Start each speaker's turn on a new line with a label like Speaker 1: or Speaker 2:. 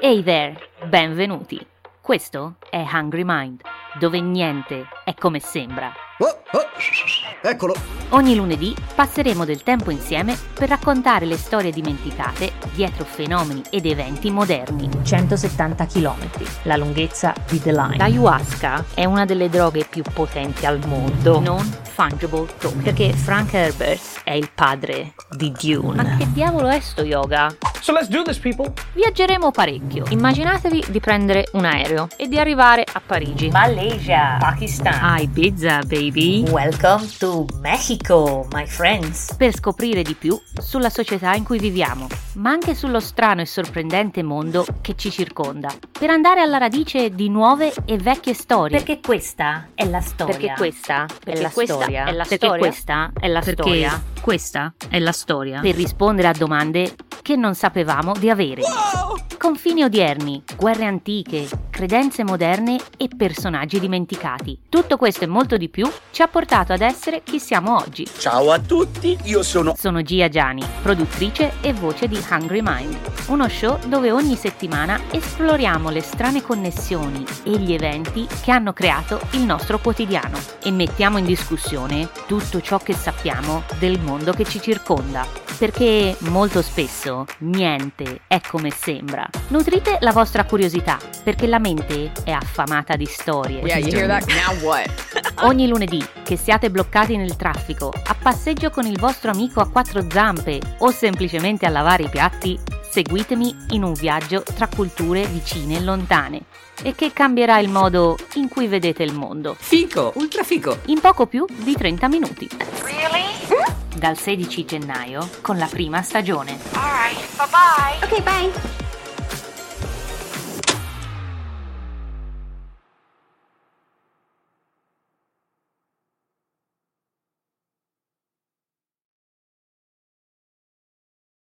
Speaker 1: Hey there, benvenuti. Questo è Hungry Mind, dove niente è come sembra.
Speaker 2: Oh, oh, eccolo!
Speaker 1: Ogni lunedì passeremo del tempo insieme per raccontare le storie dimenticate dietro fenomeni ed eventi moderni.
Speaker 3: 170 km, la lunghezza di The Line.
Speaker 4: L'ayahuasca è una delle droghe più potenti al mondo.
Speaker 1: Non fungible token.
Speaker 4: Perché Frank Herbert è il padre di Dune.
Speaker 1: Ma che diavolo è sto yoga?
Speaker 5: So let's do this, people!
Speaker 1: Viaggeremo parecchio. Immaginatevi di prendere un aereo e di arrivare a Parigi.
Speaker 3: Malaysia, Pakistan,
Speaker 4: A Ibiza, baby!
Speaker 3: Welcome to Mexico, my friends.
Speaker 1: Per scoprire di più sulla società in cui viviamo, ma anche sullo strano e sorprendente mondo che ci circonda. Per andare alla radice di nuove e vecchie storie.
Speaker 3: Perché questa è la storia.
Speaker 1: Perché questa
Speaker 3: Perché
Speaker 1: è la
Speaker 3: questa
Speaker 1: storia.
Speaker 3: è la
Speaker 1: Perché
Speaker 3: storia.
Speaker 1: questa è la
Speaker 4: Perché
Speaker 1: storia.
Speaker 4: questa è la storia.
Speaker 1: Per rispondere a domande che non sapevamo di avere. Confini odierni, guerre antiche, credenze moderne e personaggi dimenticati. Tutto questo e molto di più ci ha portato ad essere chi siamo oggi.
Speaker 6: Ciao a tutti, io sono
Speaker 1: Sono Gia Giani, produttrice e voce di Hungry Mind, uno show dove ogni settimana esploriamo le strane connessioni e gli eventi che hanno creato il nostro quotidiano e mettiamo in discussione tutto ciò che sappiamo del mondo che ci circonda. Perché molto spesso niente è come sembra. Nutrite la vostra curiosità, perché la mente è affamata di storie.
Speaker 7: Yeah, you hear that? Now what?
Speaker 1: Ogni lunedì, che siate bloccati nel traffico, a passeggio con il vostro amico a quattro zampe o semplicemente a lavare i piatti, seguitemi in un viaggio tra culture vicine e lontane e che cambierà il modo in cui vedete il mondo
Speaker 7: Fico, ultra fico.
Speaker 1: in poco più di 30 minuti. Dal 16 gennaio con la prima stagione.
Speaker 8: Okay, bye.